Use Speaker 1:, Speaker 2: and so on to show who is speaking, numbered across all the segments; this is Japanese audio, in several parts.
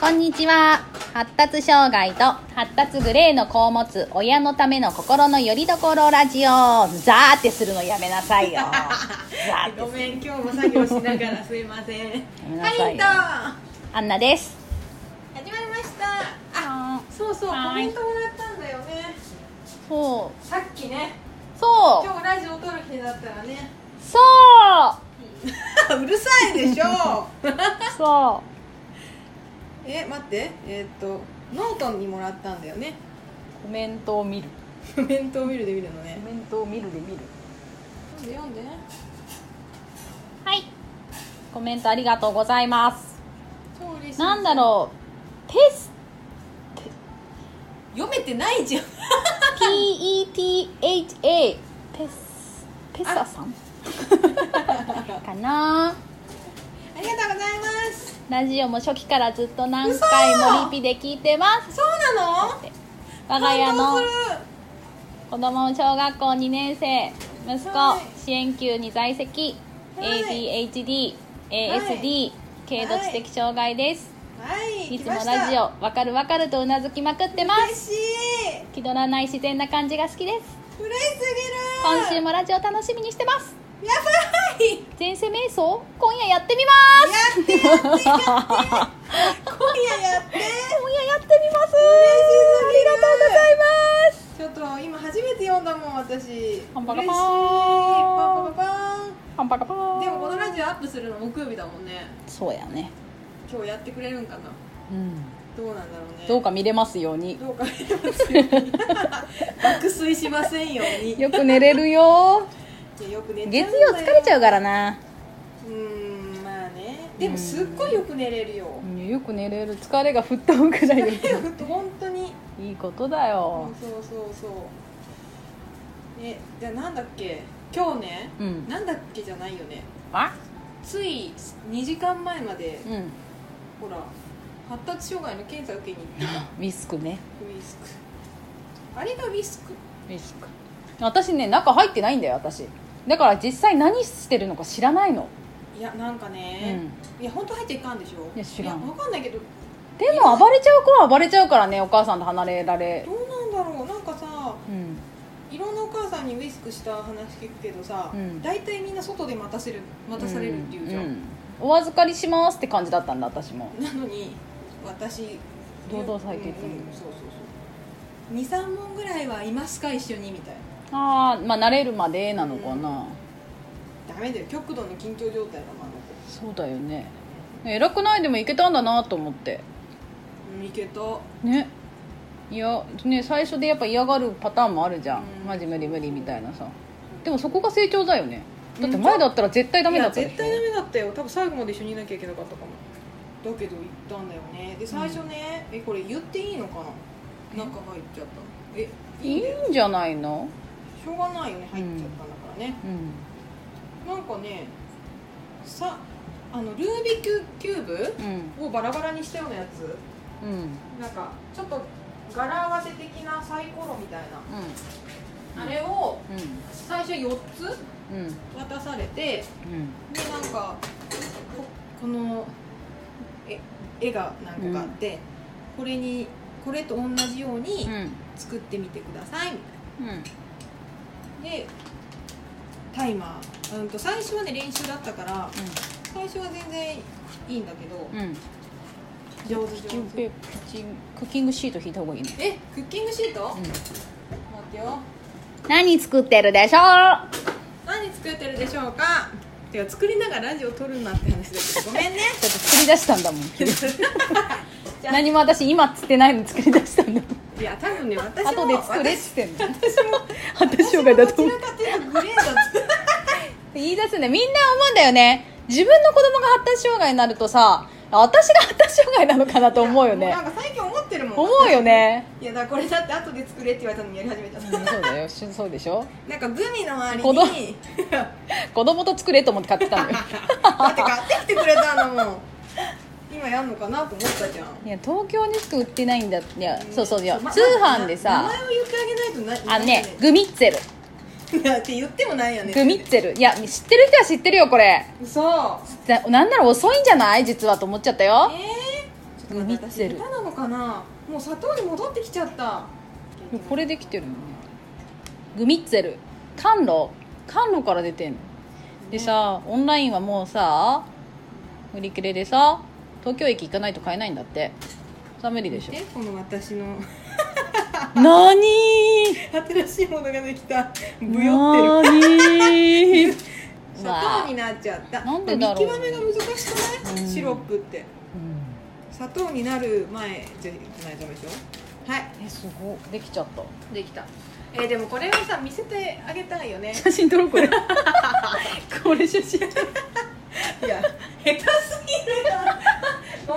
Speaker 1: こんにちは発達障害と発達グレーの子を持つ親のための心のよりどころラジオザーってするのやめなさいよザーって
Speaker 2: ごめん今日も作業しながらすいません
Speaker 1: めんな
Speaker 2: は
Speaker 1: さ
Speaker 2: い
Speaker 1: い
Speaker 2: と
Speaker 1: よアンナです
Speaker 2: 始まりましたあそうそうコ
Speaker 1: はい
Speaker 2: メントもらったんだよね
Speaker 1: そう
Speaker 2: さっきね
Speaker 1: そう
Speaker 2: 今日ラジオ撮る日だったらね
Speaker 1: そう
Speaker 2: うるさいでしょ
Speaker 1: そ
Speaker 2: え待ってえーっとノートにもらったんだよね
Speaker 1: うコメントを見る
Speaker 2: コメントを見るで見るの
Speaker 1: コ
Speaker 2: ね
Speaker 1: メントを見るで見る
Speaker 2: 読んで読んで
Speaker 1: はいコメントありがとうございます
Speaker 2: 調理
Speaker 1: なんだ
Speaker 2: う
Speaker 1: ろうテス
Speaker 2: 読めてないじゃん
Speaker 1: PETHA ペスペサさんかな
Speaker 2: ありがとうございます
Speaker 1: ラジオも初期からずっと何回もリピで聞いてます
Speaker 2: そうなの
Speaker 1: 我が家の
Speaker 2: 感動する
Speaker 1: 子供小学校2年生息子、
Speaker 2: はい
Speaker 1: 支援級に在籍、
Speaker 2: はい
Speaker 1: ADHD、
Speaker 2: はい
Speaker 1: ASD 軽度知的障害です、
Speaker 2: はい
Speaker 1: い、
Speaker 2: 来
Speaker 1: つも
Speaker 2: ました
Speaker 1: ラジオ「わかるわかる」とうなずきまくってます
Speaker 2: 嬉しい
Speaker 1: 気取らない自然な感じが好きです
Speaker 2: 嬉しすぎる
Speaker 1: 今週もラジオ楽しみにしてます
Speaker 2: やばい
Speaker 1: 前世瞑想今夜やってみます
Speaker 2: やってやってやっ
Speaker 1: 今夜や
Speaker 2: て今夜やって
Speaker 1: ってみますありがとうございます
Speaker 2: ちょっと今初めて読んだもん私
Speaker 1: パンパカパーン
Speaker 2: 嬉しいパ
Speaker 1: パ
Speaker 2: ンパカ
Speaker 1: ンパカパ
Speaker 2: パー
Speaker 1: ー
Speaker 2: ン
Speaker 1: ン
Speaker 2: でもこのラジオアップするの木曜日だもんね
Speaker 1: そうやね
Speaker 2: 今日やってくれるんかな
Speaker 1: うん
Speaker 2: どうなんだろうね
Speaker 1: どうか見れますように
Speaker 2: どうか 見ますように爆睡しませんようにい
Speaker 1: よく寝れるよ
Speaker 2: やよく寝ち ゃ
Speaker 1: 月
Speaker 2: うんだよ
Speaker 1: 曜疲れちゃうからな
Speaker 2: うーんまあねでもすっごいよく寝れるよ
Speaker 1: よく寝れる疲れが吹っ飛ぶくらいで
Speaker 2: 本当に
Speaker 1: いいことだよ
Speaker 2: そうそうそうえじゃあなんだっけ今日ね、
Speaker 1: うん
Speaker 2: なんだっけじゃないよね
Speaker 1: あ
Speaker 2: つい2時間前まで、
Speaker 1: うん
Speaker 2: ほら発達障害の検査受けに行った
Speaker 1: ウィスクね
Speaker 2: ウィスクあれがウィスク
Speaker 1: ウィスク私ね中入ってないんだよ私だから実際何してるのか知らないの
Speaker 2: いやなんかね、いや本当入っていかんでしょ
Speaker 1: いや知らん
Speaker 2: 分かんないけどど
Speaker 1: でも暴れちゃう子は暴れちゃうからねお母さんと離れられ
Speaker 2: うなんだろうなんかさ
Speaker 1: うん
Speaker 2: いろんなお母さんにウィスクした話聞くけどさ、
Speaker 1: うん
Speaker 2: 大体みんな外で待たせる待たされるっていうじゃ
Speaker 1: んお預かりしますって感じだったんだ私も
Speaker 2: なのに私
Speaker 1: 堂々咲いていつも
Speaker 2: うんうんそうそうそう23問ぐらいはいますか一緒にみたい
Speaker 1: ああまあ慣れるまでなのかな、
Speaker 2: なダメだよ極度の緊張状態だもんあの子
Speaker 1: そうだよね偉くないでもいけたんだなと思って
Speaker 2: うんいけたうん
Speaker 1: ねいやね最初でやっぱ嫌がるパターンもあるじゃん、
Speaker 2: うん
Speaker 1: マジ無理無理みたいなさでもそこが成長だよねだって前だったら絶対ダメだった
Speaker 2: いや
Speaker 1: でし
Speaker 2: 絶
Speaker 1: ょ
Speaker 2: 対ダメだったよ多分最後まで一緒にいなきゃいけなかったかもだけど行ったんだよねで最初ね、えこれ言っていいのかな中入っちゃったえいいんだよ
Speaker 1: いいんじゃないの
Speaker 2: しょうがないよね入っちゃったんだからね、
Speaker 1: うん
Speaker 2: なんかねさあのルービックキューブ
Speaker 1: うん
Speaker 2: をバラバラにしたようなやつ
Speaker 1: うんうん
Speaker 2: なんかちょっと柄合わせ的なサイコロみたいな、あれを最初4つ
Speaker 1: うんうん
Speaker 2: 渡されてでなんかここのえ絵が何個かあって、これにこれと同じように
Speaker 1: うんうん
Speaker 2: 作ってみてくださいみた
Speaker 1: うん
Speaker 2: いなでタイマー、うん、と最初はね練習だったから最初は全然いいんだけど、
Speaker 1: うん
Speaker 2: 上手上
Speaker 1: キッ
Speaker 2: 手
Speaker 1: ペキッチンクッキングシート引いた方がいいね、
Speaker 2: えクッキングシート、
Speaker 1: うん
Speaker 2: 待ってよ
Speaker 1: 何作ってるでしょ
Speaker 2: 何作ってるでしょうかてか作りながらラジオ撮るなって話だけどごめんね
Speaker 1: だって作り出したんだもん何も私今っつってないの作り出したんだもん
Speaker 2: いや多分ね私も
Speaker 1: 後で作れっつってんの
Speaker 2: 私も
Speaker 1: 発達障害
Speaker 2: ど
Speaker 1: だと
Speaker 2: ち
Speaker 1: 思う
Speaker 2: らかというとグレーだった
Speaker 1: 言い出すねみんな思うんだよね自分の子供が発達障害になるとさ私が発達障害なのかなと思うよ
Speaker 2: も
Speaker 1: ね
Speaker 2: なんか最近思ってるもん
Speaker 1: 思うよね
Speaker 2: いやだからこれだって後で作れって言われたのにやり始めちゃった
Speaker 1: そうだよしそうでしょ
Speaker 2: なんかグミの周り
Speaker 1: 子
Speaker 2: に
Speaker 1: 供
Speaker 2: だ
Speaker 1: 子供と作れと思って買ってたのよ
Speaker 2: って買ってきてくれたのもん今やんのかなと思ったじゃん
Speaker 1: いや東京にしか売ってないんだいやそうそういや
Speaker 2: ま
Speaker 1: 通販でさ
Speaker 2: ま名前を言ってあげないとな
Speaker 1: あのねグミッツェル
Speaker 2: いやって言ってもないよね
Speaker 1: グミッツェルいや知ってる人は知ってるよこれ
Speaker 2: そう
Speaker 1: ななんなら遅いんじゃない実はと思っちゃった
Speaker 2: え
Speaker 1: よ
Speaker 2: ー、ちょっ
Speaker 1: うん見てる
Speaker 2: 下手なのかなもう砂糖に戻ってきちゃった
Speaker 1: これできてるのねグミッツェル甘露甘露から出てんのでさオンラインはもうさ売り切れでさ東京駅行かないと買えないんだってさ無理でし
Speaker 2: でこの私の
Speaker 1: ょなに
Speaker 2: 新しいものができた
Speaker 1: ー
Speaker 2: ぶよっ
Speaker 1: な にー
Speaker 2: てる砂糖になっちゃった
Speaker 1: なんでだろう
Speaker 2: 見極めが難しくない、
Speaker 1: うん
Speaker 2: シロップって
Speaker 1: うん
Speaker 2: 砂糖になる前じゃないとダメでしょはい
Speaker 1: えすごいできちゃった
Speaker 2: できたえーでもこれをさ見せてあげたい よね
Speaker 1: 写真撮ろうこれこれ写真
Speaker 2: いや下手すぎるご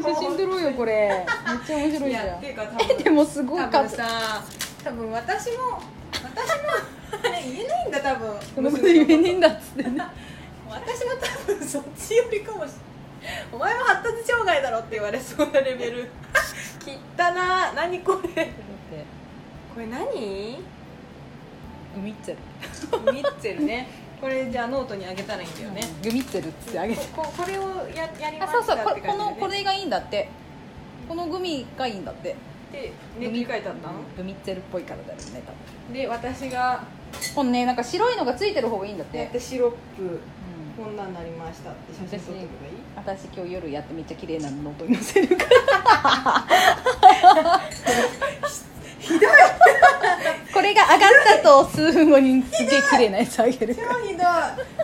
Speaker 2: ん
Speaker 1: 写真撮ろうよこれめっちゃ面白い
Speaker 2: い
Speaker 1: じゃ
Speaker 2: やっ
Speaker 1: ん
Speaker 2: ていうか多
Speaker 1: え
Speaker 2: 分
Speaker 1: でもすごい
Speaker 2: 多
Speaker 1: か
Speaker 2: 分さ多分私も私もあれ言えないんだ多分
Speaker 1: このこと言えねえんだっつってね
Speaker 2: 私も多分そっちよりかもしお前も発達障害だろって言われそうなレベ ルきったな何これこれ何
Speaker 1: グミッツェル
Speaker 2: ミッツェルね これじゃあノートにあげたらいいんだよね、
Speaker 1: グミッツェルっつってあげて
Speaker 2: ここれをややりま
Speaker 1: あそう
Speaker 2: し
Speaker 1: そ
Speaker 2: た
Speaker 1: うこ
Speaker 2: っ
Speaker 1: れ
Speaker 2: て
Speaker 1: こ
Speaker 2: 感じ
Speaker 1: のこ
Speaker 2: でね
Speaker 1: れがいいんだってこのグミがいいんだって
Speaker 2: でね切り替えたんだ
Speaker 1: グミッツェルっぽいからだよね多分
Speaker 2: で私が
Speaker 1: このねなんか白いのがついてる方がいいんだっ、
Speaker 2: やっててシロップ
Speaker 1: うん
Speaker 2: こんなになりましたって写真撮ってくればいい
Speaker 1: 私今日夜やってめっちゃ綺麗なのノートに載せるからひどいこれが上がったと数分後にすげえ綺麗なやつあげるから
Speaker 2: 超ひどいっ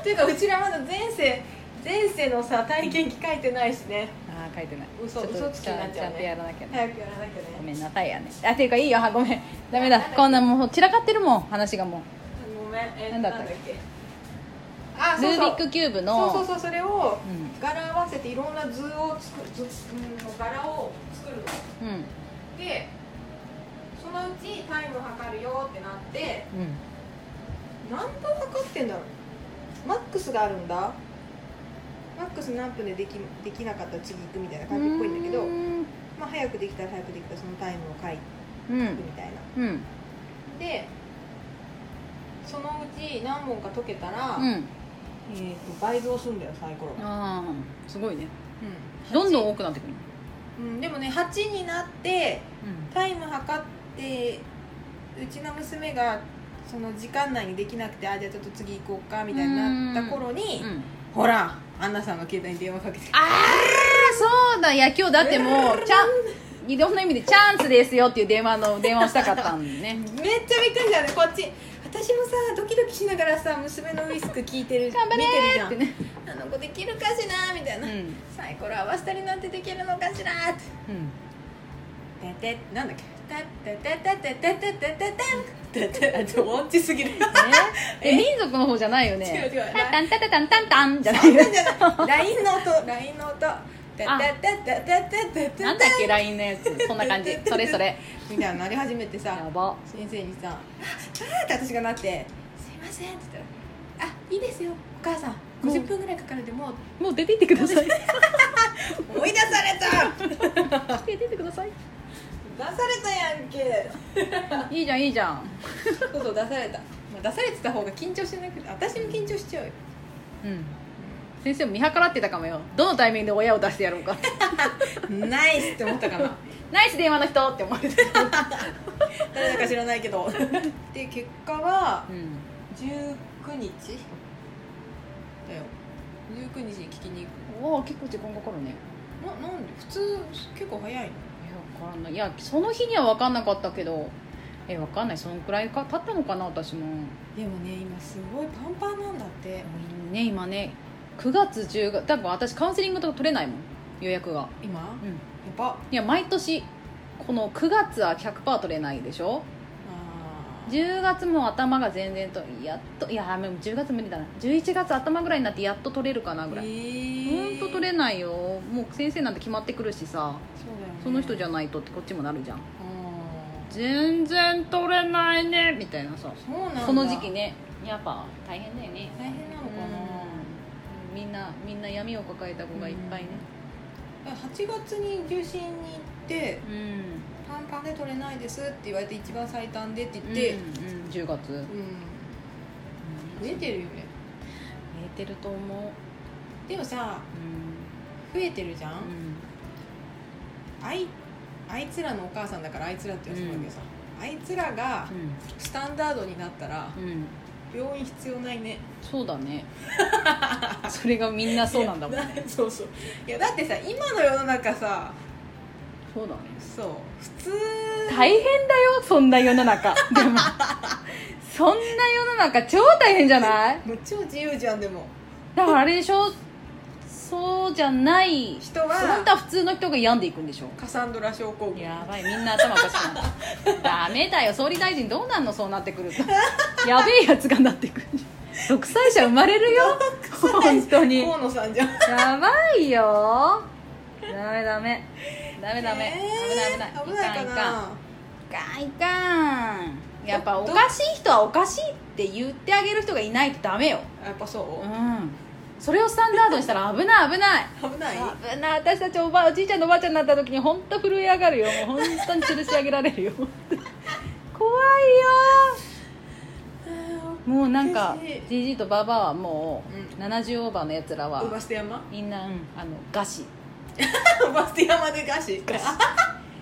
Speaker 2: ていうかうちらまだ前世前世のさ体験記書いてないしね
Speaker 1: あー書いてない
Speaker 2: 嘘
Speaker 1: ちょっと
Speaker 2: 嘘つきになっちゃ
Speaker 1: ちゃ
Speaker 2: うね
Speaker 1: んとやらなきゃね
Speaker 2: 早くやらなきゃ
Speaker 1: ごめ
Speaker 2: ね
Speaker 1: んなさいやねあていうかいいよあごめんダメだこんなもう散らかってるもん話がも
Speaker 2: ごめんえ
Speaker 1: なんだったっけ
Speaker 2: あ
Speaker 1: う
Speaker 2: そう
Speaker 1: ルービ
Speaker 2: そう
Speaker 1: ックキューブの
Speaker 2: そうそうそうそれを
Speaker 1: うん
Speaker 2: 柄合わせていろんな図を作る図うんの柄を作るの
Speaker 1: うんうん
Speaker 2: でそのうちタイム測るよってなって何分測ってんだろうマックスがあるんだマックス何分でできできなかったら次行くみたいな感じっぽいんだけど
Speaker 1: うーん
Speaker 2: まあ、早くできたら早くできたそのタイムを書いて
Speaker 1: うん
Speaker 2: みたいな
Speaker 1: うん
Speaker 2: でそのうち何本か解けたら、
Speaker 1: うん
Speaker 2: えーと倍増するんだよサイコロが、
Speaker 1: ああすごいね
Speaker 2: うん
Speaker 1: どんどん
Speaker 2: 八
Speaker 1: 多くなってくる
Speaker 2: うん、でもね8になって
Speaker 1: うん
Speaker 2: タイム測ってうちの娘がその時間内にできなくてあじゃあちょっと次行こうかみたいになった頃に、
Speaker 1: うん
Speaker 2: ほらアンナさんの携帯に電話かけて
Speaker 1: ああそうだいや今日だってもうチャンいろんな意味でチャンスですよっていう電話の電話をしたかったんで ね
Speaker 2: めっちゃびっくりしたねこっち私もさドキドキしながらさ娘のウイスク聞いてる
Speaker 1: 頑張れ
Speaker 2: 見てるじゃ
Speaker 1: っ
Speaker 2: ん
Speaker 1: てね
Speaker 2: あの子できるかしらみたいうな、
Speaker 1: ん
Speaker 2: サイコロ合わせたりなんてできるのかしらって
Speaker 1: うん
Speaker 2: ててなんだっけてててててててててててあちょっと音痴すぎる
Speaker 1: え民族の方じゃないよ
Speaker 2: 違
Speaker 1: ね
Speaker 2: う違う
Speaker 1: タンタンタンタンタンタンじゃないよ
Speaker 2: ラインの音ラインの音てててててててて
Speaker 1: なんだっけ LINE のやつそんな感じ それそれ
Speaker 2: みたいななり始めてさ
Speaker 1: やば
Speaker 2: 先生にさ「ああ」って私がなって「すいません」って言ったら「あいいですよお母さん50分ぐらいかかるんでもう
Speaker 1: もう出て行ってくだ さい
Speaker 2: 追い出された!」
Speaker 1: 出てってください
Speaker 2: 出されたやんけ
Speaker 1: いいじゃんいいじゃん
Speaker 2: そうそう出された、まあ、出されてた方が緊張しなくて私も緊張しちゃうよ
Speaker 1: うん先生も見計らってたかもよどのタイミングで親を出してやろうか
Speaker 2: ナイスって思ったかな
Speaker 1: ナイス電話の人って思われて
Speaker 2: 誰だか知らないけど で結果は
Speaker 1: うん
Speaker 2: 19日だよ19日に聞きに行
Speaker 1: おお結構時間かかるね
Speaker 2: くななんで普通結構早
Speaker 1: い
Speaker 2: いの
Speaker 1: やわかんないいやその日には分かんなかったけどえ分かんないそのくらいか経ったのかな私も
Speaker 2: でもね今すごいパンパンなんだって
Speaker 1: ね今ね9月10月だから私カウンセリングとか取れないもん予約が
Speaker 2: 今や
Speaker 1: うん
Speaker 2: っぱ
Speaker 1: いや毎年この9月は100%取れないでしょ
Speaker 2: あー
Speaker 1: 10月も頭が全然とやっといやもう10月無理だな11月頭ぐらいになってやっと取れるかなぐらいほん
Speaker 2: え
Speaker 1: と取れないよもう先生なんて決まってくるしさ
Speaker 2: そうだよ、ね、
Speaker 1: その人じゃ
Speaker 2: あ
Speaker 1: ないとってこっちもなるじゃん
Speaker 2: ー
Speaker 1: 全然取れないねみたいなさ
Speaker 2: そうなんだ
Speaker 1: この時期ねやっぱ大変だよね
Speaker 2: 大変なのかな
Speaker 1: うんみんなみんな闇を抱えた子がいっぱいね
Speaker 2: 8月に受診に行って
Speaker 1: うん、
Speaker 2: 「パンパンで取れないです」って言われて一番最短でって言って
Speaker 1: で、うん10月、うん、
Speaker 2: うん増えてるよね
Speaker 1: 増えてると思う
Speaker 2: でもさ
Speaker 1: うん
Speaker 2: 増えてるじゃん、
Speaker 1: うん
Speaker 2: あいあいつらのお母さんだからあいつらって言わせてもらうけどさ、あいつらがスタンダードになったら
Speaker 1: うん、うん、
Speaker 2: 病院必要ないね
Speaker 1: そうだね それがみんなそうなんだもん
Speaker 2: いやな そうそういやだってさ今の世の中さ
Speaker 1: そうだね
Speaker 2: そう普通
Speaker 1: 大変だよそんな世の中でもそんな世の中超大変じゃない
Speaker 2: もう超自由じゃんでも
Speaker 1: だからあれでしょそうじゃない
Speaker 2: 人は
Speaker 1: 本当は普通の人が病んでいくんでしょ
Speaker 2: カサンドラ症候群
Speaker 1: やばいみんな頭おかしくな るダメだよ総理大臣どうなんのそうなってくるとやべえやつがなってくる独裁者生まれるよ 本当に
Speaker 2: 河野さんじゃん
Speaker 1: やばいよダメダメダメダメ、
Speaker 2: え
Speaker 1: 危ない
Speaker 2: ー
Speaker 1: 危
Speaker 2: 危
Speaker 1: ない
Speaker 2: ない
Speaker 1: い
Speaker 2: か
Speaker 1: かん
Speaker 2: な
Speaker 1: か
Speaker 2: い
Speaker 1: んいかんやっぱおかしい人はおかしいって言ってあげる人がいないとダメよ
Speaker 2: やっぱそううん
Speaker 1: それをスタンダードにしたら危ない危ない
Speaker 2: 危ない
Speaker 1: 危ない私たちおばあおじいちゃんのおばあちゃんになった時に本当震え上がるよもう本当に吊るし上げられ るよ怖いよもうなんか
Speaker 2: おかしい
Speaker 1: じじいとばばあはも
Speaker 2: う
Speaker 1: う、70オーバーのやつらは
Speaker 2: ウバステ山
Speaker 1: みんな、うんあの餓死
Speaker 2: ウバステ山で餓死しんどい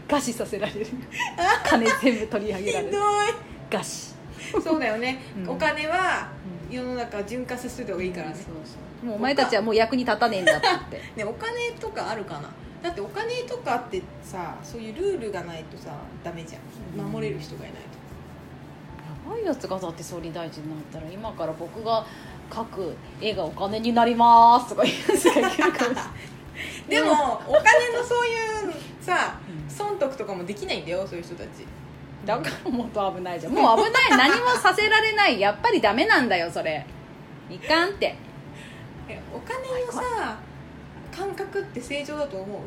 Speaker 1: 餓死させられる金全部取り上げら れる餓死
Speaker 2: そうだよね、
Speaker 1: うん
Speaker 2: お金は
Speaker 1: う
Speaker 2: 世の中潤化させといた方がいいからね
Speaker 1: そう、そうもうお前たちはもう役に立たねえんだって言って
Speaker 2: ねお金とかあるかなだってお金とかってさそういうルールがないとさダメじゃ
Speaker 1: うん
Speaker 2: ん守れる人がいないと、
Speaker 1: やばいやつがだって総理大臣になったら今から僕が描く絵がお金になりますとか言うやつがいる かもしれない
Speaker 2: でも、お金のそういうさ
Speaker 1: うん
Speaker 2: 損得とかもできないんだよそういう人たち
Speaker 1: だからもっと危ないじゃんもう危ない何もさせられないやっぱりダメなんだよそれいかんって
Speaker 2: えお金のさ感覚って正常だと思うう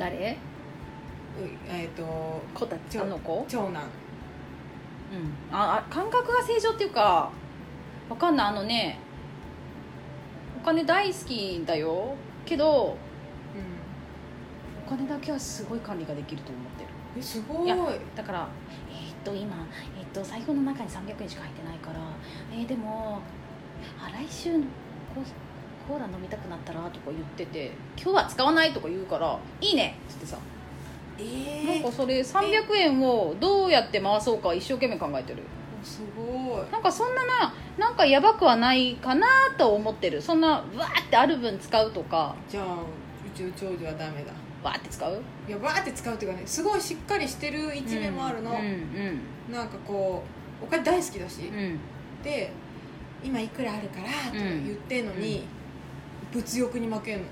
Speaker 1: 誰
Speaker 2: えっ、と
Speaker 1: こたちあの子
Speaker 2: 長男
Speaker 1: うんああ感覚が正常っていうかわかんないあのねお金大好きだよけど
Speaker 2: う
Speaker 1: お金だけはすごい管理ができると思ってる
Speaker 2: んえすごい
Speaker 1: いやだからえーっと今、えーっと財布の中に300円しか入ってないからえーでもあ来週コーヒーコーラ飲みたくなったらとか言ってて今日は使わないとか言うからいいねっつってさ
Speaker 2: え
Speaker 1: なん
Speaker 2: ー
Speaker 1: かそれ300円をどうやって回そうか一生懸命考えてる
Speaker 2: おすごい
Speaker 1: なんかそんなななんかやばくはないかなと思ってるそんなうわーってある分使うとか
Speaker 2: じゃあうちの長女はダメだ
Speaker 1: わーって使う
Speaker 2: いやバーって使うっていうかねすごいしっかりしてる一面もあるの、
Speaker 1: うんうん
Speaker 2: なんかこうお金大好きだし、
Speaker 1: うん
Speaker 2: で今いくらあるからとか言ってんのに、物欲に負けんの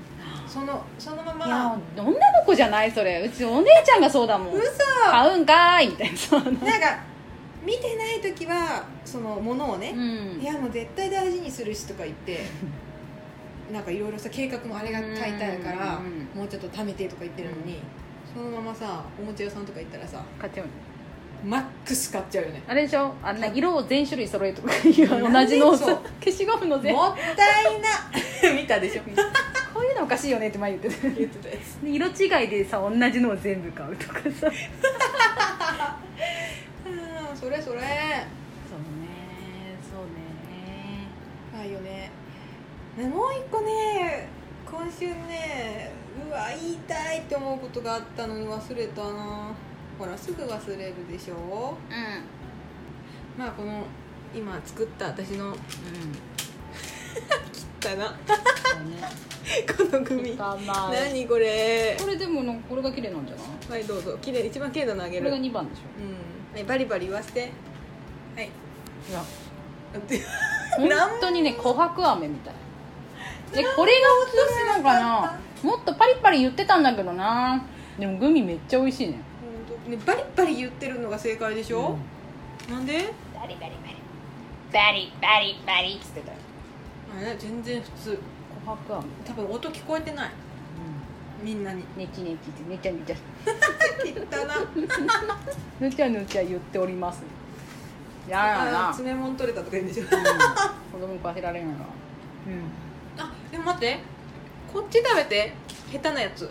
Speaker 2: そのそのま
Speaker 1: いや
Speaker 2: ま
Speaker 1: 女の子じゃないそれうちお姉ちゃんがそうだもん
Speaker 2: 嘘
Speaker 1: 買うんかーいみたいなその
Speaker 2: なんか見てない時はそのものを
Speaker 1: う
Speaker 2: ね、
Speaker 1: ん
Speaker 2: いやもう絶対大事にするしとか言ってなんかいろいろさ計画もあれが買いたいから、
Speaker 1: うんうんうん
Speaker 2: もうちょっと貯めてとか言ってるのに、そのままさおもちゃ屋さんとか行ったらさ
Speaker 1: 買っちゃうの
Speaker 2: マックス買っちゃうよね
Speaker 1: あれでしょあんな色を全種類揃えとかいう同じのをさ
Speaker 2: そう
Speaker 1: 消しゴムの全
Speaker 2: もったいな 見たでしょ
Speaker 1: こういうのおかしいよねって前言ってた
Speaker 2: 言ってたやつ
Speaker 1: で色違いでさ同じのを全部買うとかさそうね
Speaker 2: うんそれ
Speaker 1: そ
Speaker 2: それ
Speaker 1: うね
Speaker 2: あいよねねもう一個ね今週ねうわ言いたいって思うことがあったのに忘れたなほらすぐ忘れるでしょ
Speaker 1: う
Speaker 2: まあこの今作った私の
Speaker 1: んうん
Speaker 2: だ な
Speaker 1: そうね
Speaker 2: この組
Speaker 1: 汚い
Speaker 2: 何これ
Speaker 1: これでもなんかこれが綺麗なんじゃない
Speaker 2: はいどうぞ綺麗一番綺麗なのあげ
Speaker 1: これ
Speaker 2: る
Speaker 1: が
Speaker 2: うん
Speaker 1: 2番でし
Speaker 2: はいバリバリ言わせてはい
Speaker 1: ょいや
Speaker 2: なん
Speaker 1: 本当にね琥珀飴みたいでこれが普通なのかなもっとパリパリ言ってたんだけどなでもグミめっちゃ美味しいね
Speaker 2: ほんとねバリバリ言ってるのが正解でしょ、なんで
Speaker 1: バリバリバリバリバリバリっつってたよ
Speaker 2: あれ全然普通
Speaker 1: 琥珀飴
Speaker 2: 多分音聞こえてないみんなに
Speaker 1: ねちねちってねちゃねちゃ
Speaker 2: 切ったな
Speaker 1: ぬちゃぬちゃ言っておりますやだ
Speaker 2: あ
Speaker 1: な
Speaker 2: 爪もん取れたとか言うんでしょ
Speaker 1: 子供に食わせられないなうん
Speaker 2: あでも待ってこっち食べて下手なやつ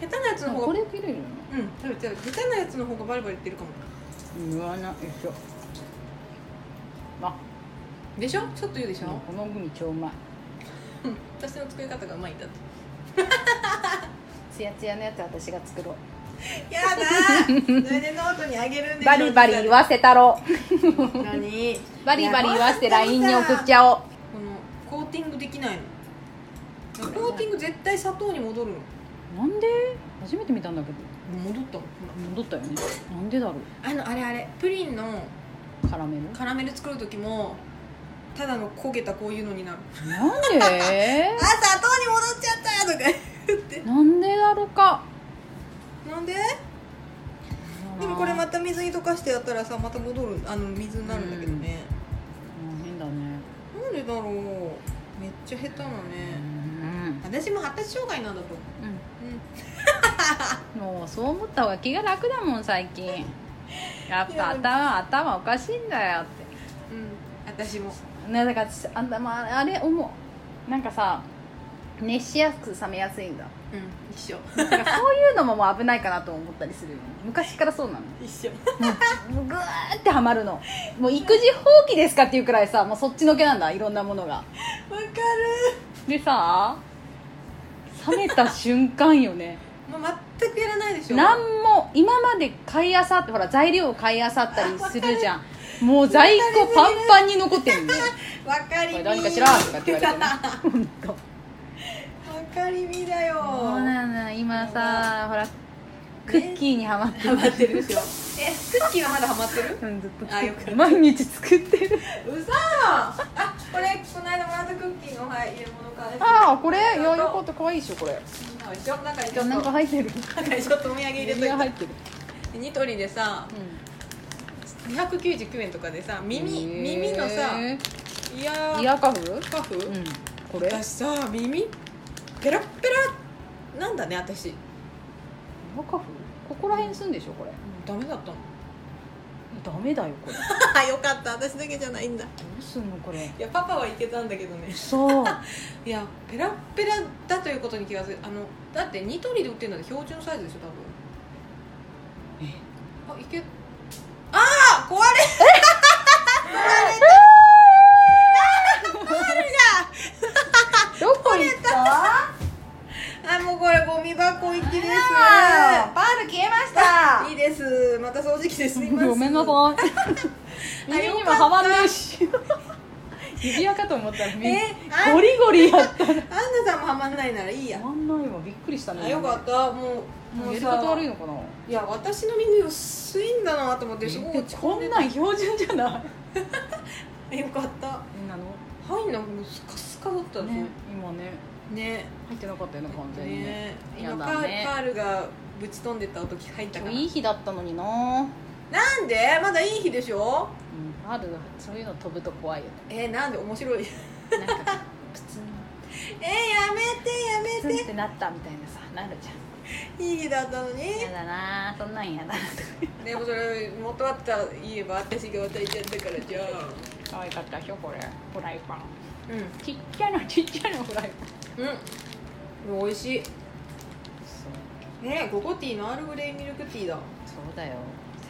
Speaker 2: 下手なやつの
Speaker 1: こ
Speaker 2: 方が
Speaker 1: れ切れるよね
Speaker 2: うん食べて食べて下手なやつの方がバリバリ言ってるかも
Speaker 1: 言わないでしょあ
Speaker 2: でしょちょっと言うでしょ、
Speaker 1: このグミ超うまい
Speaker 2: うん私の作り方がうまいんだと
Speaker 1: そツヤツヤのやつ私が作ろう
Speaker 2: やだーそれでノートにあげるんで
Speaker 1: バリバリ言わせたろう
Speaker 2: 何
Speaker 1: バリバリ言わせて LINE に送っち
Speaker 2: ゃう
Speaker 1: ゃおう
Speaker 2: このコーティングできないのコーティング絶対砂糖に戻るの
Speaker 1: なんで初めて見たんだけど
Speaker 2: 戻ったの
Speaker 1: 戻ったよねなんでだろう
Speaker 2: あのあれあれプリンの
Speaker 1: カラメル
Speaker 2: カラメル作る時もただの焦げたこういうのになる
Speaker 1: なんで
Speaker 2: あ砂糖に戻っちゃったとか言って
Speaker 1: なんでだろうか
Speaker 2: なんででもこれまた水に溶かしてやったらさまた戻るあの水になるんだけどね、
Speaker 1: うん変だね
Speaker 2: なんでだろうめっちゃ下手な
Speaker 1: う
Speaker 2: ね
Speaker 1: ん
Speaker 2: 私も発達障害なんだと思
Speaker 1: うんもうそう思った方が気が楽だもん最近やっぱ頭頭おかしいんだよって
Speaker 2: ううん、うん、私も
Speaker 1: ねだからあんたまああれ思うなんかさ熱しやすく冷めやすいんだ
Speaker 2: うん一緒
Speaker 1: だからそういうのももう危ないかなと思ったりするよね 昔からそうなの
Speaker 2: 一緒
Speaker 1: もうグーってはまるのもう育児放棄ですかっていうくらいさもうそっちのけなんだいろんなものが
Speaker 2: わかる
Speaker 1: でさ冷めた瞬間よね
Speaker 2: もう全くやらないでしょ
Speaker 1: 何も今まで買いあさってほら材料を買いあさったりするじゃんもう在庫パンパンに残ってるね
Speaker 2: わか り
Speaker 1: これ
Speaker 2: み
Speaker 1: どうにかしろとかって言われて ね本当
Speaker 2: わかりみだよ
Speaker 1: そうなんだ今さほらクッキーにハマって
Speaker 2: ハマってるでしょえクッキーはまだハマってる
Speaker 1: うんずっと
Speaker 2: あよかった
Speaker 1: 毎日作ってる
Speaker 2: うざーあこれこの間もらったクッキーの、はい、入れ物買え
Speaker 1: ああこれいやよかった可愛いでしょこれ
Speaker 2: 一緒中にちょっと
Speaker 1: なんか入ってる
Speaker 2: 中にちょっとお土産入れとい
Speaker 1: 指輪入ってる
Speaker 2: てニトリでさ299円とかでさ耳耳のさ
Speaker 1: へ
Speaker 2: イヤ
Speaker 1: ーイ
Speaker 2: ー
Speaker 1: ヤーカフ
Speaker 2: カフ、
Speaker 1: うんこれ
Speaker 2: 私さ耳ペラッペラなんだね私
Speaker 1: イヤーカフここら辺住んでしょこれ
Speaker 2: ダメだったの
Speaker 1: ダメ だよこれど
Speaker 2: よかった私だけじゃないんだ
Speaker 1: うすんのこ れ
Speaker 2: いやパパはいけたんだけどね
Speaker 1: そう
Speaker 2: いやペラッペラだということに気が付いあのだってニトリで売ってるのは標準サイズでしょ多分えあいけああ壊れ
Speaker 1: どこ行った
Speaker 2: あもうこれゴミ箱行きです
Speaker 1: パール消えました
Speaker 2: いいですまた掃除機ですいません
Speaker 1: ごめんな
Speaker 2: あ
Speaker 1: さい
Speaker 2: あ
Speaker 1: 耳に
Speaker 2: よ
Speaker 1: も
Speaker 2: かった
Speaker 1: はまんねえ し指輪かと思ったらみん
Speaker 2: えあ
Speaker 1: ゴリゴリやった
Speaker 2: んなさんもはまんないならいいや
Speaker 1: はまんないわびっくりしたね
Speaker 2: あよかったもう
Speaker 1: もう
Speaker 2: もう
Speaker 1: やり
Speaker 2: さ
Speaker 1: 方悪いのかない
Speaker 2: や私の耳薄いんだなと思ってすごい落ち
Speaker 1: こ
Speaker 2: 込ん
Speaker 1: ん
Speaker 2: で
Speaker 1: なん標準じゃない
Speaker 2: たよかった
Speaker 1: なの
Speaker 2: 入んなもうスカスカだった
Speaker 1: ね
Speaker 2: ね
Speaker 1: 今ね
Speaker 2: ね
Speaker 1: 入ってなかったよね完全にね
Speaker 2: ね今
Speaker 1: やだ
Speaker 2: カー
Speaker 1: ね
Speaker 2: カールがぶち飛んでった時入った
Speaker 1: 今
Speaker 2: から
Speaker 1: 日いい日だったのにな
Speaker 2: なんでまだいい日でしょ
Speaker 1: うん、あるそういうの飛ぶと怖いよね
Speaker 2: えー、なんで面白い え
Speaker 1: なんかプツン
Speaker 2: ー、やめ
Speaker 1: プ
Speaker 2: て
Speaker 1: ツ
Speaker 2: やめ
Speaker 1: ンってなったみたいなさなるじゃ
Speaker 2: ていい日だったのに
Speaker 1: んやだなそんなんやだ
Speaker 2: でもそれ元あった言えば私が渡いちゃったからじゃあ
Speaker 1: 可愛かったでしょこれフライパン
Speaker 2: う
Speaker 1: ちっちゃなちっちゃなフライパン
Speaker 2: んうん美味しい
Speaker 1: そう
Speaker 2: ねココティーのアールグレイミルクティーだ
Speaker 1: そうだよ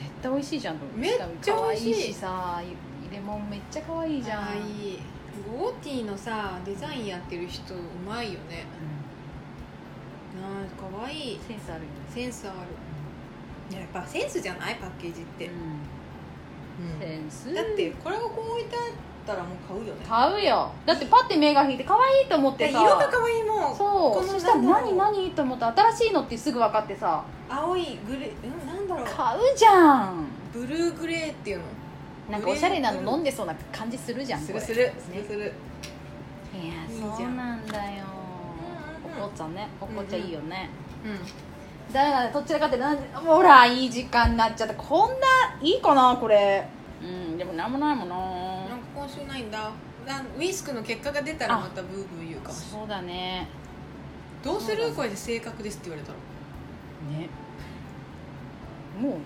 Speaker 1: 絶対美味しいじゃんと思って
Speaker 2: めっちゃ美味しい
Speaker 1: 可愛いしさ入れ物めっちゃ可愛いじゃん
Speaker 2: あーいいゴゴティーのさデザインやってる人うまいよね
Speaker 1: う
Speaker 2: なあかわいい
Speaker 1: んセンスあるよね
Speaker 2: センスあるやっぱセンスじゃないパッケージって、
Speaker 1: うんセンス
Speaker 2: だってこれがこう置いてあったらもう買うよね
Speaker 1: 買うよだってパッて目が引いて可愛いと思っ
Speaker 2: で
Speaker 1: て
Speaker 2: 色
Speaker 1: さ
Speaker 2: が可愛いもん
Speaker 1: そうそしたら
Speaker 2: なんだろ
Speaker 1: 何
Speaker 2: う
Speaker 1: 何と思って新しいのってすぐ分かってさ
Speaker 2: 青いグレーうんなんだろう
Speaker 1: 買うじゃん
Speaker 2: ブルーグレーっていうの
Speaker 1: なんかおしゃれなの飲んでそうな感じするじゃん
Speaker 2: す
Speaker 1: こ
Speaker 2: る
Speaker 1: れ
Speaker 2: するするする、
Speaker 1: いや
Speaker 2: いいじゃん
Speaker 1: そうなんだよ
Speaker 2: うんうんうん
Speaker 1: お紅茶ねお紅茶いいよね
Speaker 2: う
Speaker 1: だからどちらかってなんほらいい時間になっちゃったこんないいかなこれうんでもなんもないもん
Speaker 2: ん、
Speaker 1: な
Speaker 2: なんか今週ないんだなんウィスクの結果が出たらまたブーブー言うかもしれない
Speaker 1: そうだね
Speaker 2: どうす
Speaker 1: そう
Speaker 2: る
Speaker 1: だ
Speaker 2: これで正確ですって言われたら
Speaker 1: ねもう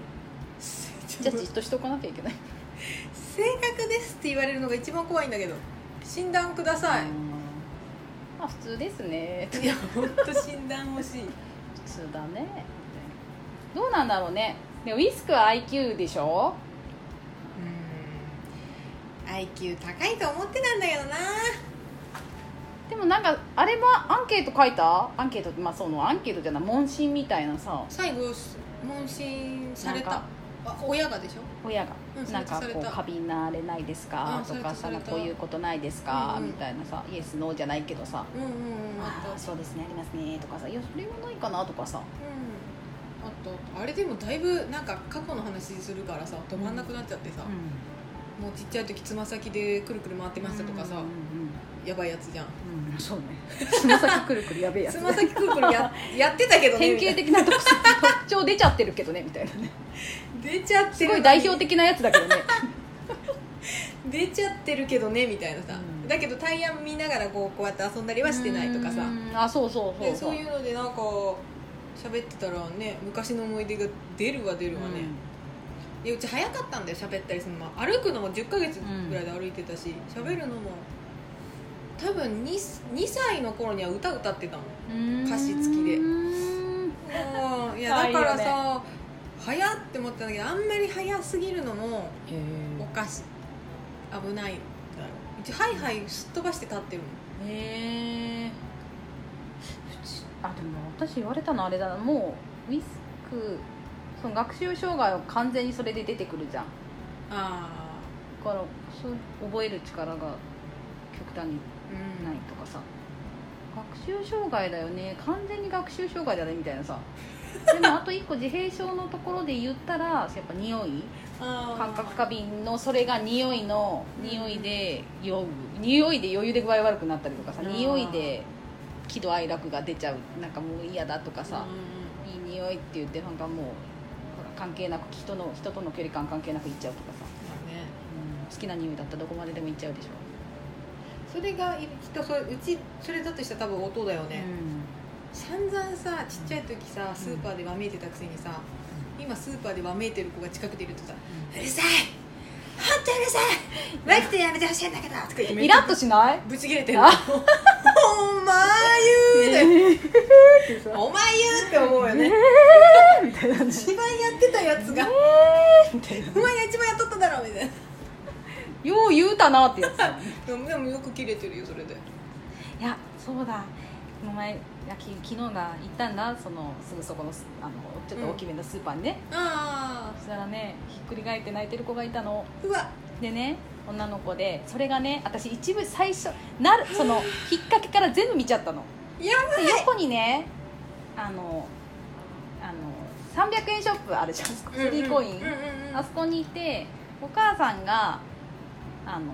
Speaker 1: じゃあじっとしておかなきゃいけない
Speaker 2: 正確ですって言われるのが一番怖いんだけど診断ください、
Speaker 1: うんまあ普通ですね
Speaker 2: いや本当診断欲しい
Speaker 1: 普通だねどうなんだろうねでもウィスクは IQ でしょ
Speaker 2: IQ 高いと思ってたんだけどな
Speaker 1: でもなんかあれもアンケート書いたアンケートってまあそのアンケートじゃない問診みたいなさ
Speaker 2: 最後問診され
Speaker 1: な
Speaker 2: た
Speaker 1: んか
Speaker 2: あ親がでしょ
Speaker 1: 親が、
Speaker 2: うん
Speaker 1: なんか
Speaker 2: された
Speaker 1: こ
Speaker 2: さ
Speaker 1: う
Speaker 2: れた
Speaker 1: 過敏なあれないですか
Speaker 2: あ
Speaker 1: と
Speaker 2: され
Speaker 1: か
Speaker 2: た
Speaker 1: さ
Speaker 2: さ
Speaker 1: な
Speaker 2: れ
Speaker 1: ん
Speaker 2: た
Speaker 1: かこういうことないですか、
Speaker 2: うんうん
Speaker 1: みたいなさイエスノーじゃないけどさ
Speaker 2: うんうんうんあ
Speaker 1: あ
Speaker 2: った
Speaker 1: ーそうですねありますねとかさいやそれはないかなとかさ
Speaker 2: うんあったあれでもだいぶなんか過去の話するからさ止まんなくなっちゃってさ、もうちっちゃい時つま先でくるくる回ってましたとかさ、
Speaker 1: うん
Speaker 2: やばいやつじゃん
Speaker 1: うんうんうん そうねつま先くるくるやべえやつ
Speaker 2: つま先くるくるや やってたけどね
Speaker 1: 典型的な特徴特徴出ちゃってるけどねみたいなね
Speaker 2: みたいな出ちゃってる
Speaker 1: すごい代表的なやつだけどね
Speaker 2: 出ちゃってるけどねみたいなさ、
Speaker 1: うん
Speaker 2: だけどタイヤ見ながらこうこうやって遊んだりはしてないとかさ、
Speaker 1: うんあそうそうそう
Speaker 2: でそういうのでなんか喋ってたらね昔の思い出が出るわ出るわね、うでうち早かったんだよ喋ったりするのも歩くのも10ヶ月ぐらいで歩いてたし喋、るのも多分 2, 2歳の頃には歌歌ってた もん
Speaker 1: うん
Speaker 2: 歌詞付きで
Speaker 1: うん
Speaker 2: うんい
Speaker 1: 可
Speaker 2: や
Speaker 1: 愛い
Speaker 2: だ
Speaker 1: よ
Speaker 2: か
Speaker 1: ね
Speaker 2: らさ、早って思ってたんだけどあんまり早すぎるのも
Speaker 1: へー
Speaker 2: おかしい危ないだろうちハイハイすっ飛ばして立ってるもん
Speaker 1: へえあでも私言われたのあれだなもうウィスクその学習障害は完全にそれで出てくるじゃん
Speaker 2: あ
Speaker 1: だからそう覚える力が極端に
Speaker 2: あうん
Speaker 1: ないとかさ学習障害だよね完全に学習障害だねみたいなさでもあと1個自閉症のところで言ったらやっぱ匂い
Speaker 2: あー
Speaker 1: 感覚過敏のそれが匂いの
Speaker 2: うん
Speaker 1: 匂いで酔う匂いで余裕で具合悪くなったりとかさ
Speaker 2: あー
Speaker 1: 匂いで喜怒哀楽が出ちゃうなんかもう嫌だとかさ
Speaker 2: うん、
Speaker 1: いい匂いって言ってなんかもうほら関係なく人の人との距離感関係なく行っちゃうとかさ、
Speaker 2: まあね
Speaker 1: 好きな匂いだったらどこまででも行っちゃうでしょ、
Speaker 2: それがきっとそれうちそれだとしたら多分音だよね、散々さちっちゃい時さスーパーでわめいてたくせにさ、今スーパーでわめいてる子が近くでいるとさ「うるさいほんとうるさいマジでやめてほしいんだけど」とか言って
Speaker 1: うん
Speaker 2: めっ
Speaker 1: イ
Speaker 2: ちゃ
Speaker 1: ラッとしない
Speaker 2: ぶち切れてる
Speaker 1: あ
Speaker 2: お前言うだよ、お前言うって思うよね
Speaker 1: みたいなね
Speaker 2: 一番やってたやつがお前が一番やっとっただろみたい
Speaker 1: よう言うたなってやつだね
Speaker 2: なでもよく切れてるよそれで
Speaker 1: いやそうだこの前いやき昨日だ行ったんだそのすぐそこのスあのちょっと大きめのスーパーにね、
Speaker 2: ああ
Speaker 1: そしたらねひっくり返って泣いてる子がいたの
Speaker 2: うわ
Speaker 1: でね女の子でそれがね私一部最初なるそのきっかけから全部見ちゃったの
Speaker 2: やば
Speaker 1: で横にねあのあの300円ショップあるじゃないですか
Speaker 2: い
Speaker 1: スリーコイン、
Speaker 2: うんうんうんうん
Speaker 1: あそこにいてお母さんがあの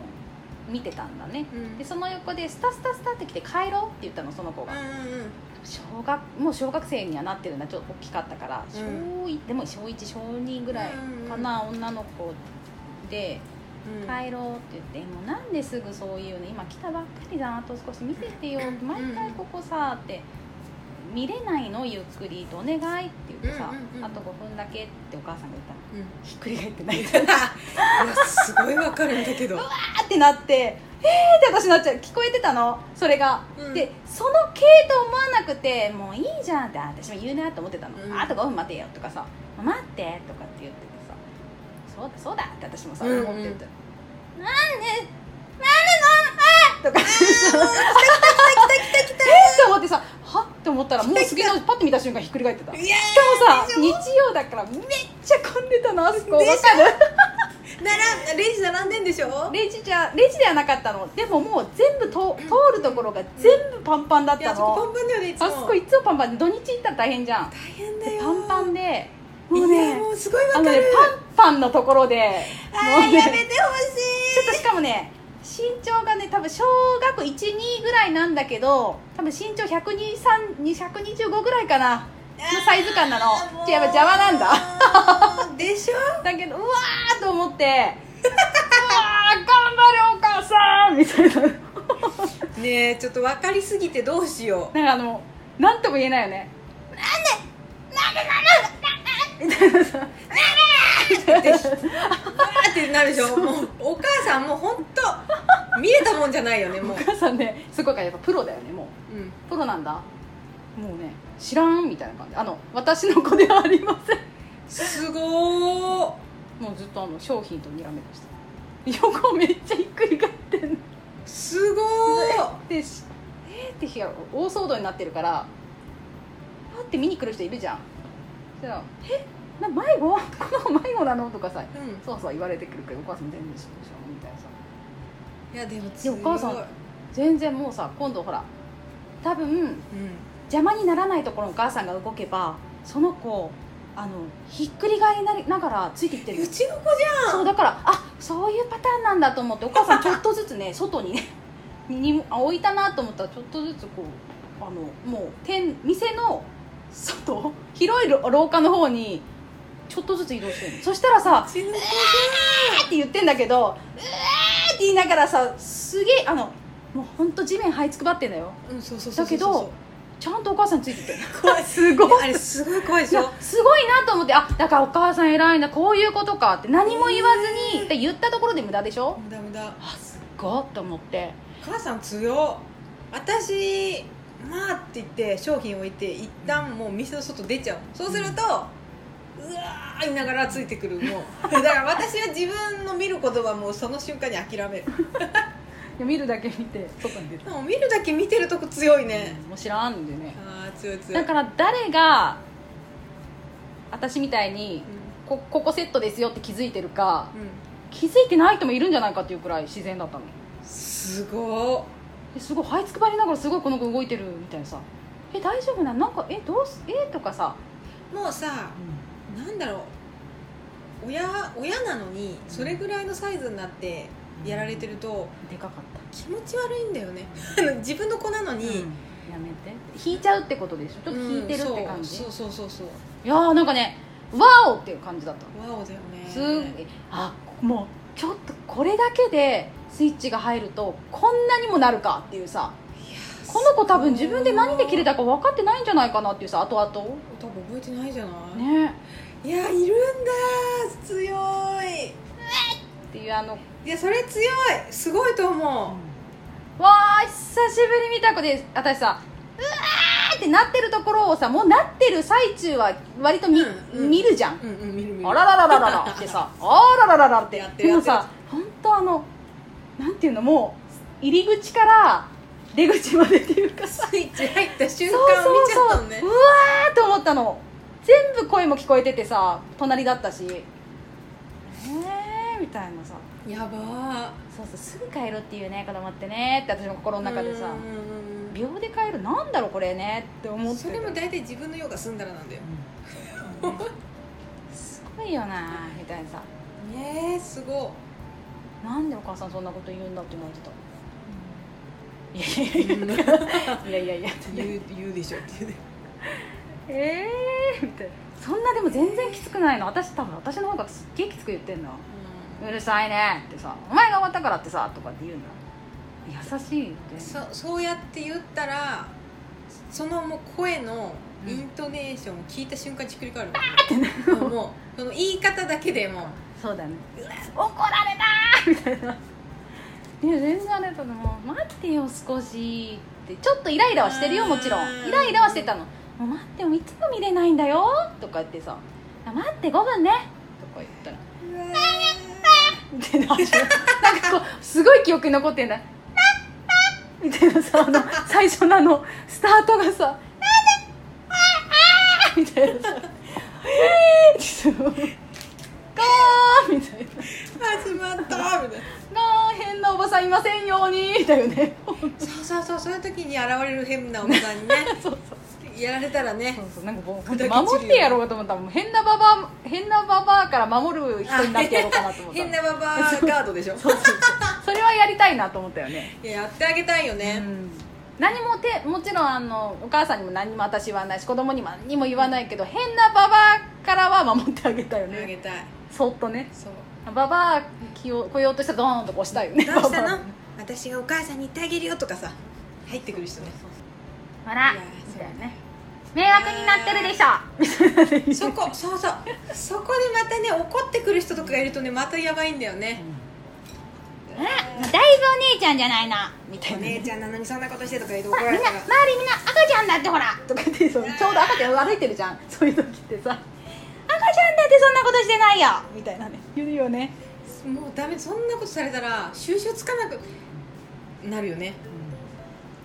Speaker 1: 見てたんだね、
Speaker 2: うん
Speaker 1: でその横で「スタスタスタ」って来て「帰ろう」って言ったのその子が、
Speaker 2: うんうんうん
Speaker 1: 小学もう小学生にはなってるんだちょっと大きかったから
Speaker 2: ん
Speaker 1: 小一、でも小1小2ぐらいかな、女の子で「帰ろう」って言って「もうなんですぐそういうの今来たばっかりだあと少し見せてよ」
Speaker 2: うん
Speaker 1: 毎回ここさ」って「見れないのゆっくりとお願い」って言ってさ、
Speaker 2: うんうんうん
Speaker 1: あと5分だけ」ってお母さんが言ったの
Speaker 2: うん
Speaker 1: ひっくり返って泣いた
Speaker 2: いやすごいわかるんだけど
Speaker 1: ってなって「えー!」って私なっちゃう聞こえてたのそれが、
Speaker 2: うん
Speaker 1: でその系と思わなくて「もういいじゃん」ってあ私も言うなと思ってたの「
Speaker 2: うん
Speaker 1: あと5分待てよ」とかさ「待って」とかって言っててさ「そうだそうだ」って私もさ
Speaker 2: うんうん
Speaker 1: 思ってて「なんでなんでなんで?」とか来た来た来た来た来た えーって思ってさ「はっ?」て思ったらもう次のパッて見た瞬間ひっくり返ってたし
Speaker 2: いや
Speaker 1: かもさ日曜だからめっちゃ混んでたのあそこわ
Speaker 2: でしょ
Speaker 1: かる
Speaker 2: ー並んレジ並んでんでしょ
Speaker 1: レジじゃレジではなかったのでももう全部と通るところが全部パンパンだっ
Speaker 2: いや
Speaker 1: た
Speaker 2: あそこパ
Speaker 1: の
Speaker 2: ンパンだよねいつも
Speaker 1: あそこいつもパンパンで土日行ったら大変じゃん
Speaker 2: 大変だよ
Speaker 1: パンパン
Speaker 2: で
Speaker 1: でも
Speaker 2: も
Speaker 1: う
Speaker 2: うね
Speaker 1: ね
Speaker 2: もうすごいわ
Speaker 1: あ
Speaker 2: か
Speaker 1: の
Speaker 2: る
Speaker 1: ねパンパンのところで
Speaker 2: あ
Speaker 1: も
Speaker 2: ー
Speaker 1: うね
Speaker 2: やめてほ
Speaker 1: ちょっ
Speaker 2: しい
Speaker 1: としかもね身長がね多分小学12ぐらいなんだけど多分身長125ぐらいかなのサイズ感なのちょやっぱ邪魔なんだ
Speaker 2: だ でしょ
Speaker 1: だけどうわーと思ってうわー頑張れお母さんみたいな
Speaker 2: ねえちょっと分かりすぎてどうしよ
Speaker 1: なんかあのなんとも言えないよね
Speaker 2: うってわーってなるでしょもうお母さんもう本当見れたもんじゃないよねもう
Speaker 1: お、母さんねすごいからやっぱプロだよねもう
Speaker 2: うん、
Speaker 1: プロなんだもうね知らんみたいな感じあの私の子ではありません
Speaker 2: すごー
Speaker 1: もうずっとあの商品とにらめっこして横めっちゃひっくり返ってんの
Speaker 2: すごー
Speaker 1: でし式が大騒動になってるからパって見に来る人いるじゃんそしたら「えな迷子この子迷子なの?」とかさ
Speaker 2: うん
Speaker 1: そうそう言われてくるけどお母さん全然知ってるでしょみたいなさ
Speaker 2: いやでも
Speaker 1: でお母さん
Speaker 2: すごい
Speaker 1: 全然もうさ今度ほら多分
Speaker 2: う
Speaker 1: 邪魔にならないところのお母さんが動けばその子あのひっくり返りなりながらついていってる
Speaker 2: んうちの子じゃん
Speaker 1: そうだからあそういうパターンなんだと思ってお母さんちょっとずつ ね外にねにあ置いたなと思ったらちょっとずつこうあのもう店店の外広い廊下の方にちょっとずつ移動してるのそしたらさ
Speaker 2: うちの子
Speaker 1: 「えーって言ってんだけど「うえー!」って言いながらさすげえあのもうほんと地面這いつくばってんだよ
Speaker 2: うんそうそうそうそう
Speaker 1: だけどちゃんとお母さんついてて
Speaker 2: 怖い
Speaker 1: すごい
Speaker 2: あれすごい怖いで
Speaker 1: い
Speaker 2: しょ
Speaker 1: やすごいなと思ってあだからお母さん偉いなこういうことかって何も言わずに、
Speaker 2: えー
Speaker 1: で言ったところで無駄でしょ
Speaker 2: 無駄無駄
Speaker 1: あすっごいと思って
Speaker 2: 母さん強っ私まあって言って商品置いて一旦もう店の外出ちゃうそうすると、うわー言いながらついてくるもうだから私は自分の見ることはもうその瞬間に諦 め
Speaker 1: い
Speaker 2: る
Speaker 1: や見るだけ見て外に出る、
Speaker 2: でも見るだけ見てるとこ強いね、
Speaker 1: もう知らんでね
Speaker 2: ああ強い強い
Speaker 1: だから誰が私みたいにこここセットですよって気づいてるか
Speaker 2: うん、うん、
Speaker 1: 気づいてない人もいるんじゃないかっていうくらい自然だったの
Speaker 2: すご
Speaker 1: ですごい這いつくばりながらすごいこの子動いてるみたいなさ「え大丈夫なのなんかえどうすえとかさ、
Speaker 2: いもうさなんだろう親親なのにそれぐらいのサイズになってやられてると
Speaker 1: でかかった
Speaker 2: 気持ち悪いんだよね あの自分の子なのに、
Speaker 1: やめて引いちゃうってことでしょちょっと引いてるって感じ、
Speaker 2: うんそうそうそうそうそう
Speaker 1: いやーなんかねワオっていう感じだった
Speaker 2: ワオだよね
Speaker 1: すごいあもうちょっとこれだけでスイッチが入るとこんなにもなるかっていうさこの子多分自分で何で切れたか分かってないんじゃないかなっていうさ後々
Speaker 2: 多分覚えてないじゃない、
Speaker 1: ね
Speaker 2: いやいるんだ強い
Speaker 1: っていうあの
Speaker 2: いやそれ強いすごいと思
Speaker 1: わあ久しぶり見た子で私さうわーってなってるところをさもうなってる最中は割と見,、
Speaker 2: うんうん
Speaker 1: 見るじゃん
Speaker 2: う、うんうん見る見る
Speaker 1: あららららららってさあらららららって
Speaker 2: やってる
Speaker 1: でもさ本当あのなんていうのもう入り口から出口までっていうかさ
Speaker 2: スイッチ入った瞬
Speaker 1: そう
Speaker 2: 間見ちゃ
Speaker 1: そ
Speaker 2: った
Speaker 1: うそう
Speaker 2: のね
Speaker 1: うわーと思ったの全部声も聞こえててさ隣だったしへえみたいなさ
Speaker 2: やば
Speaker 1: そうそうすぐ帰ろうっていうね子供ってねって私の心
Speaker 2: ー
Speaker 1: の中でさ
Speaker 2: うんうんうん
Speaker 1: 秒で帰るなんだろうこれねって思って
Speaker 2: それも大体自分の用が済んだらなんだよ
Speaker 1: うんすごいよなみたいなさ
Speaker 2: ねえすご
Speaker 1: なんでお母さんそんなこと言うんだって思ってたい
Speaker 2: い
Speaker 1: やいやいやいや
Speaker 2: 言う言うでしょって言うね
Speaker 1: ええー、みたいなそんなでも全然きつくないの私多分私の方がすっげえきつく言ってんのうるさいねってさお前が終わったからってさとかって言うんだ優しいって
Speaker 2: そそうやって言ったらそのもう声のイントネーションを聞いた瞬間にひっくり返るもうもうその言い方だけでも
Speaker 1: そうだね怒られたーみたいないや全然あれだともう待ってよ少しってちょっとイライラはしてるよもちろ
Speaker 2: うん
Speaker 1: んイライラはしてたのもう待ってもういつも見れないんだよとか言ってさあ待って5分ねとか言ったら
Speaker 2: うわ
Speaker 1: みたいななんかこうすごい記憶に残ってんだ「みたいなさあの最初のあのスタートがさ「あーあーあーみたいなさ「えー!」ってゴーみたいな
Speaker 2: ー始まったみたい
Speaker 1: 「
Speaker 2: な
Speaker 1: ゴー変なおばさんいませんように」だよね
Speaker 2: そうそうそうそういう時に現れる変なおばさんにね
Speaker 1: そうそう
Speaker 2: やられたらね
Speaker 1: そうそうなんかもう守ってやろうと思ったらもう変なババア変なババアから守る人になってやろうかなと思った
Speaker 2: 変なババアガードでしょ
Speaker 1: そうそうそうそれはやりたいなと思ったよね
Speaker 2: いややってあげたいよ
Speaker 1: う
Speaker 2: ね、
Speaker 1: ん何もてもちろんあのお母さんにも何も私はないし子供にも何も言わないけど変なババアからは守ってあげたよ
Speaker 2: あ
Speaker 1: ね
Speaker 2: げたい
Speaker 1: そっとね
Speaker 2: そう
Speaker 1: ババア来よ来ようとしたらドーンとこうしたよね
Speaker 2: どうした
Speaker 1: ババア
Speaker 2: の私がお母さんに言ってあげるよとかさ入ってくる人ね
Speaker 1: ほら
Speaker 2: いや
Speaker 1: みたいなね迷惑になってるでしょみたいなね
Speaker 2: そこそうそうそこでまたね怒ってくる人とかがいるとねまたやばいんだよね、
Speaker 1: あらだいぶお姉ちゃんじゃないなみたい
Speaker 2: お
Speaker 1: な
Speaker 2: 姉
Speaker 1: ね
Speaker 2: ちゃんなのにそんなことしてとか言うと
Speaker 1: ほ
Speaker 2: 怒
Speaker 1: ら
Speaker 2: ら
Speaker 1: み
Speaker 2: れ
Speaker 1: ん
Speaker 2: た
Speaker 1: な
Speaker 2: ら
Speaker 1: 周りみんな赤ちゃんだってほらとか言ってそうちょうど赤ちゃん歩いてるじゃんそういう時ってさ赤ちゃんだってそんなことしてないよみたいなね言うよね
Speaker 2: もうダメそんなことされたら収拾つかなくなるよね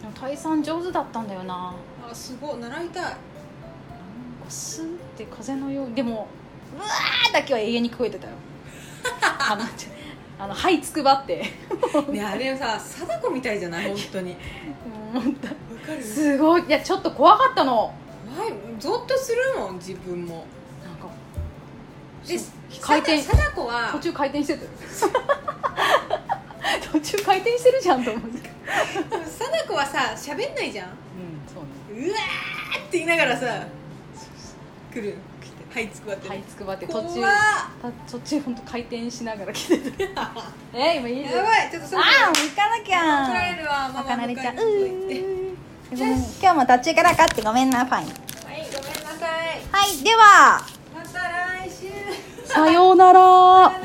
Speaker 1: でも体算上手だったんだよな
Speaker 2: あすごい習いた い
Speaker 1: なんかスーって風のようにでも「うわー!」だけは永遠に聞こえてたよあのちょあのはいつくばって
Speaker 2: ねあれさ貞子みたいじゃない本当にわ
Speaker 1: 思った
Speaker 2: かる
Speaker 1: すごいいやちょっと怖かったの
Speaker 2: 前ゾッとするもん自分も
Speaker 1: なんか
Speaker 2: で
Speaker 1: そう回転
Speaker 2: 貞貞子は
Speaker 1: 途中回転してたよ 途中回転してるじゃんと思って
Speaker 2: 貞子はさ喋んないじゃんうわ
Speaker 1: うんそうね
Speaker 2: ーって言いながらさ来る来てはいつくばって
Speaker 1: はいつくばって途
Speaker 2: 怖っ
Speaker 1: 中た途中本当回転しながら来て てえ今いいよ
Speaker 2: やばいちょっとそろそ
Speaker 1: あ
Speaker 2: ろ
Speaker 1: ー行かなき
Speaker 2: 怒ら
Speaker 1: ゃ
Speaker 2: れるわマ
Speaker 1: あ
Speaker 2: マ
Speaker 1: かな
Speaker 2: 迎え
Speaker 1: り
Speaker 2: に
Speaker 1: ちゃんう
Speaker 2: 行って
Speaker 1: ーごめん今日も途中から勝ってごめんなファイン
Speaker 2: はいごめんなさい
Speaker 1: はいでは
Speaker 2: また来週
Speaker 1: さようなら
Speaker 2: さよなら